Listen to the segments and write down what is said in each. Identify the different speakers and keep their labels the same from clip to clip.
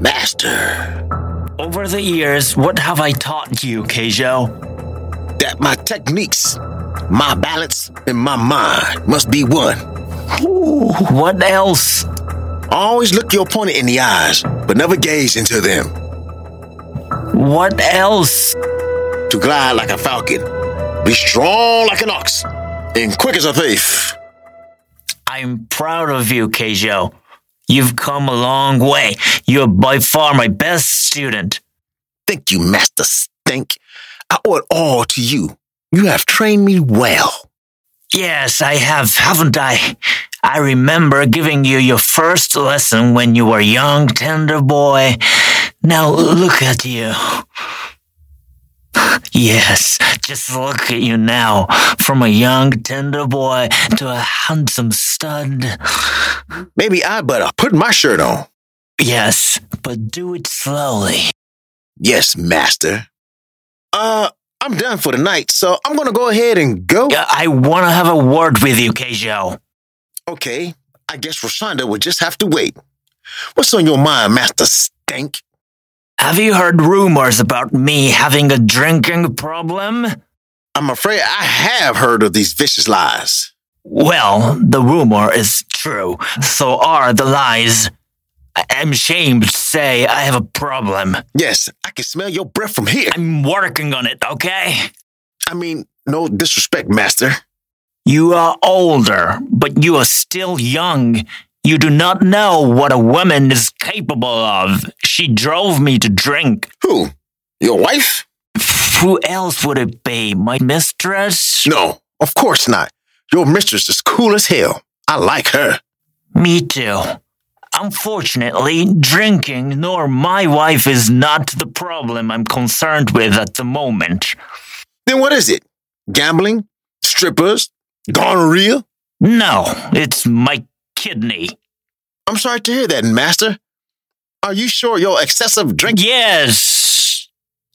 Speaker 1: Master,
Speaker 2: Over the years, what have I taught you, Keijo?
Speaker 1: that my techniques, my balance, and my mind must be one.
Speaker 2: What else?
Speaker 1: Always look your opponent in the eyes, but never gaze into them.
Speaker 2: What else?
Speaker 1: To glide like a falcon, be strong like an ox, and quick as a thief.
Speaker 2: I'm proud of you, Keijo. You've come a long way. You're by far my best student.
Speaker 1: Thank you, Master Stink. I owe it all to you. You have trained me well.
Speaker 2: Yes, I have, haven't I? I remember giving you your first lesson when you were a young, tender boy. Now look at you. Yes, just look at you now. From a young, tender boy to a handsome stud.
Speaker 1: Maybe I better put my shirt on.
Speaker 2: Yes, but do it slowly.
Speaker 1: Yes, Master. Uh, I'm done for the night, so I'm gonna go ahead and go.
Speaker 2: Yeah, I want to have a word with you, Keijo.
Speaker 1: Okay, I guess Rashonda will just have to wait. What's on your mind, Master Stink?
Speaker 2: Have you heard rumors about me having a drinking problem?
Speaker 1: I'm afraid I have heard of these vicious lies.
Speaker 2: Well, the rumor is true. So are the lies. I- I'm ashamed to say I have a problem.
Speaker 1: Yes, I can smell your breath from here.
Speaker 2: I'm working on it, okay?
Speaker 1: I mean, no disrespect, Master.
Speaker 2: You are older, but you are still young. You do not know what a woman is capable of. She drove me to drink.
Speaker 1: Who? Your wife?
Speaker 2: Who else would it be? My mistress?
Speaker 1: No, of course not. Your mistress is cool as hell. I like her.
Speaker 2: Me too. Unfortunately, drinking nor my wife is not the problem I'm concerned with at the moment.
Speaker 1: Then what is it? Gambling? Strippers? Gonorrhea?
Speaker 2: No, it's my kidney.
Speaker 1: I'm sorry to hear that, Master. Are you sure your excessive drink?
Speaker 2: Yes.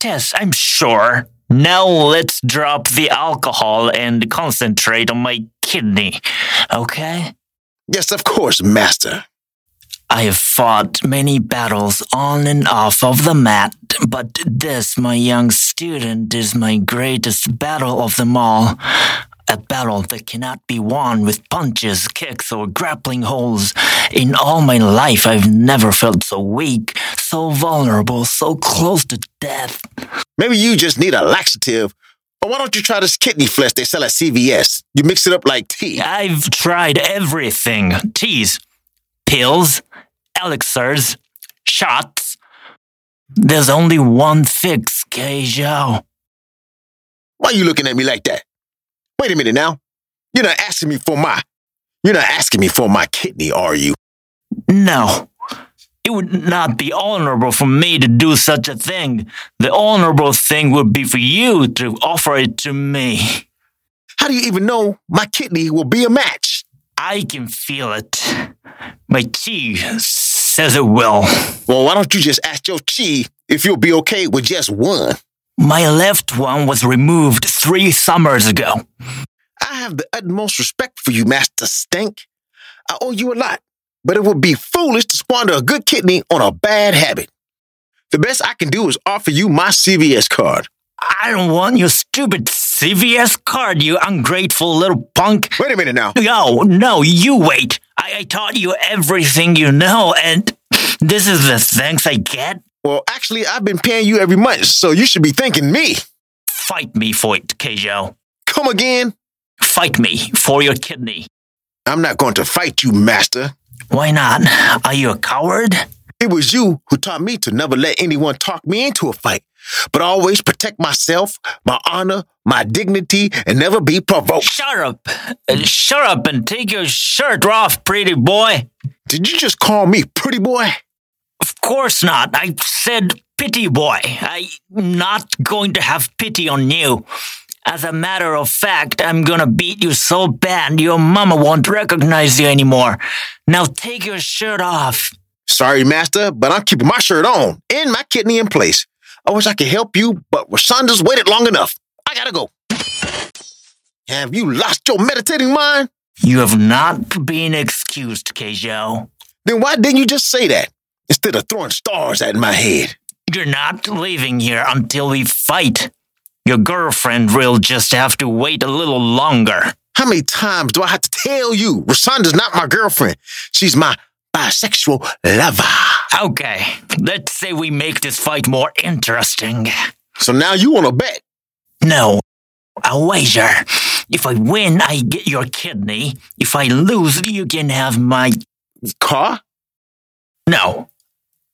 Speaker 2: Yes, I'm sure. Now let's drop the alcohol and concentrate on my kidney. Okay?
Speaker 1: Yes, of course, Master.
Speaker 2: I have fought many battles on and off of the mat, but this, my young student, is my greatest battle of them all. A battle that cannot be won with punches, kicks, or grappling holds. In all my life, I've never felt so weak, so vulnerable, so close to death.
Speaker 1: Maybe you just need a laxative. Or why don't you try this kidney flesh they sell at CVS? You mix it up like tea.
Speaker 2: I've tried everything teas, pills, elixirs, shots. There's only one fix, Keijo.
Speaker 1: Why you looking at me like that? Wait a minute now. You're not asking me for my. You're not asking me for my kidney, are you?
Speaker 2: No. It would not be honorable for me to do such a thing. The honorable thing would be for you to offer it to me.
Speaker 1: How do you even know my kidney will be a match?
Speaker 2: I can feel it. My chi says it will.
Speaker 1: Well, why don't you just ask your chi if you'll be okay with just one?
Speaker 2: My left one was removed three summers ago.
Speaker 1: I have the utmost respect for you, Master Stink. I owe you a lot, but it would be foolish to squander a good kidney on a bad habit. The best I can do is offer you my CVS card.
Speaker 2: I don't want your stupid CVS card, you ungrateful little punk.
Speaker 1: Wait a minute now.
Speaker 2: No, no, you wait. I, I taught you everything you know, and this is the thanks I get?
Speaker 1: Well, actually, I've been paying you every month, so you should be thanking me.
Speaker 2: Fight me for it, Keijo.
Speaker 1: Come again?
Speaker 2: Fight me for your kidney.
Speaker 1: I'm not going to fight you, Master.
Speaker 2: Why not? Are you a coward?
Speaker 1: It was you who taught me to never let anyone talk me into a fight, but always protect myself, my honor, my dignity, and never be provoked.
Speaker 2: Shut up. Uh, Shut up and take your shirt off, pretty boy.
Speaker 1: Did you just call me pretty boy?
Speaker 2: Of course not. I said pity boy. I'm not going to have pity on you. As a matter of fact, I'm gonna beat you so bad your mama won't recognize you anymore. Now take your shirt off.
Speaker 1: Sorry, Master, but I'm keeping my shirt on and my kidney in place. I wish I could help you, but Rasanda's waited long enough. I gotta go. Have you lost your meditating mind?
Speaker 2: You have not been excused, Keijo.
Speaker 1: Then why didn't you just say that instead of throwing stars at my head?
Speaker 2: You're not leaving here until we fight. Your girlfriend will just have to wait a little longer.
Speaker 1: How many times do I have to tell you? Rasanda's not my girlfriend. She's my bisexual lover.
Speaker 2: Okay, let's say we make this fight more interesting.
Speaker 1: So now you want to bet?
Speaker 2: No, a wager. If I win, I get your kidney. If I lose, you can have my.
Speaker 1: Car?
Speaker 2: No.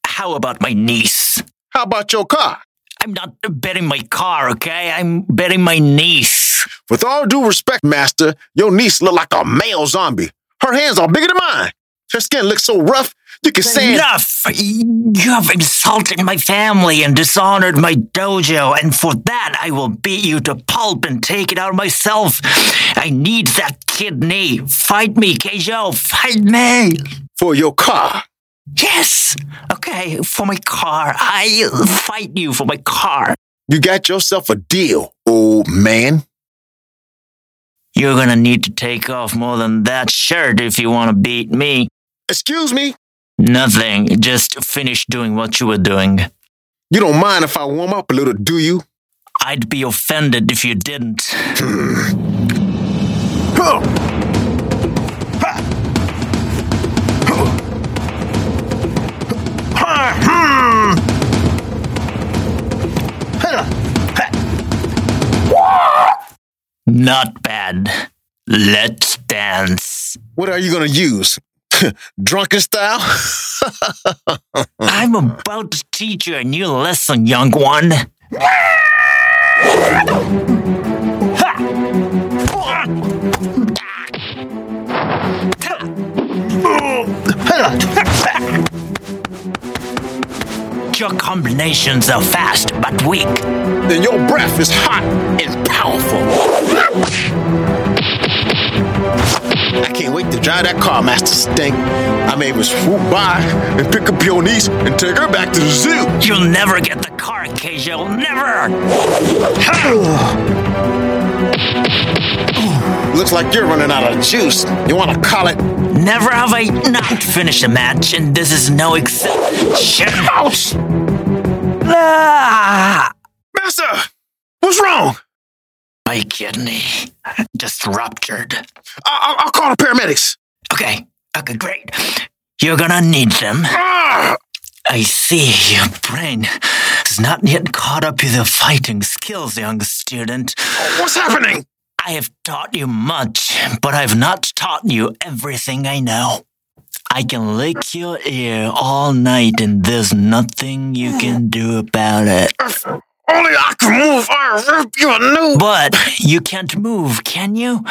Speaker 2: How about my niece?
Speaker 1: How about your car?
Speaker 2: I'm not betting my car, okay? I'm betting my niece.
Speaker 1: With all due respect, Master, your niece look like a male zombie. Her hands are bigger than mine. Her skin looks so rough, you can sand.
Speaker 2: Enough! You have insulted my family and dishonored my dojo, and for that I will beat you to pulp and take it out myself. I need that kidney. Fight me, Keijo. Fight me.
Speaker 1: for your car.
Speaker 2: Yes. Okay, for my car. I fight you for my car.
Speaker 1: You got yourself a deal, old man.
Speaker 2: You're gonna need to take off more than that shirt if you wanna beat me.
Speaker 1: Excuse me?
Speaker 2: Nothing. Just finish doing what you were doing.
Speaker 1: You don't mind if I warm up a little, do you?
Speaker 2: I'd be offended if you didn't.
Speaker 1: Huh. Ha. Huh. Ha, hmm. Huh.
Speaker 2: Not bad. Let's dance.
Speaker 1: What are you gonna use? Drunken style?
Speaker 2: I'm about to teach you a new lesson, young one. Your combinations are fast but weak.
Speaker 1: then your breath is hot and powerful. I can't wait to drive that car, Master Stink. I'm able to swoop by and pick up your niece and take her back to the zoo.
Speaker 2: You'll never get the car, Keijo. Never!
Speaker 1: Looks like you're running out of juice. You want to call it?
Speaker 2: Never have I not finished a match, and this is no exception.
Speaker 1: Ouch!
Speaker 2: Ah!
Speaker 1: Master! What's wrong?
Speaker 2: My kidney just ruptured.
Speaker 1: I- I- will call the paramedics.
Speaker 2: Okay, okay, great. You're gonna need them.
Speaker 1: Ah!
Speaker 2: I see your brain is not yet caught up with your fighting skills, young student.
Speaker 1: What's happening?
Speaker 2: I have taught you much, but I've not taught you everything I know. I can lick your ear all night, and there's nothing you can do about it.
Speaker 1: If only I could move. I rip you a new.
Speaker 2: But you can't move, can you?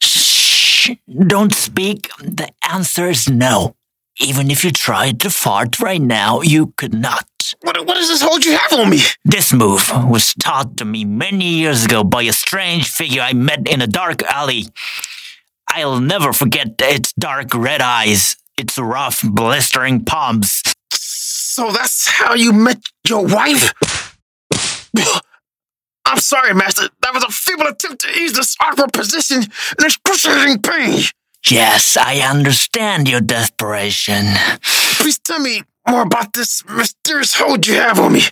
Speaker 2: Shh. Don't speak. The answer is no. Even if you tried to fart right now, you could not.
Speaker 1: What, what is this hold you have on me?
Speaker 2: This move was taught to me many years ago by a strange figure I met in a dark alley. I'll never forget its dark red eyes, its rough, blistering palms.
Speaker 1: So that's how you met your wife? I'm sorry, Master. That was a feeble attempt to ease this awkward position in excruciating pain.
Speaker 2: Yes, I understand your desperation.
Speaker 1: Please tell me more about this mysterious hold you have on me.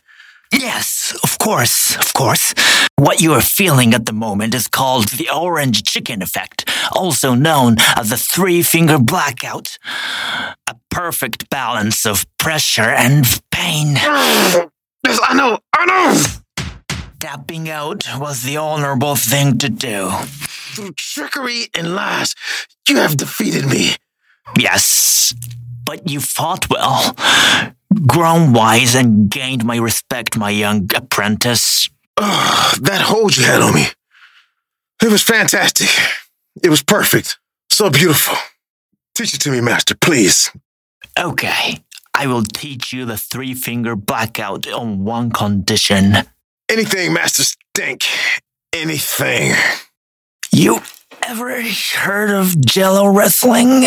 Speaker 2: Yes, of course, of course. What you are feeling at the moment is called the orange chicken effect, also known as the three finger blackout. A perfect balance of pressure and pain.
Speaker 1: Yes, I know, I know.
Speaker 2: Tapping out was the honorable thing to do.
Speaker 1: Through trickery and lies, you have defeated me.
Speaker 2: Yes, but you fought well, grown wise, and gained my respect, my young apprentice.
Speaker 1: Ugh, that hold you had on me. It was fantastic. It was perfect. So beautiful. Teach it to me, Master, please.
Speaker 2: Okay, I will teach you the three finger blackout on one condition.
Speaker 1: Anything, Master Stink. Anything.
Speaker 2: You ever heard of jello wrestling?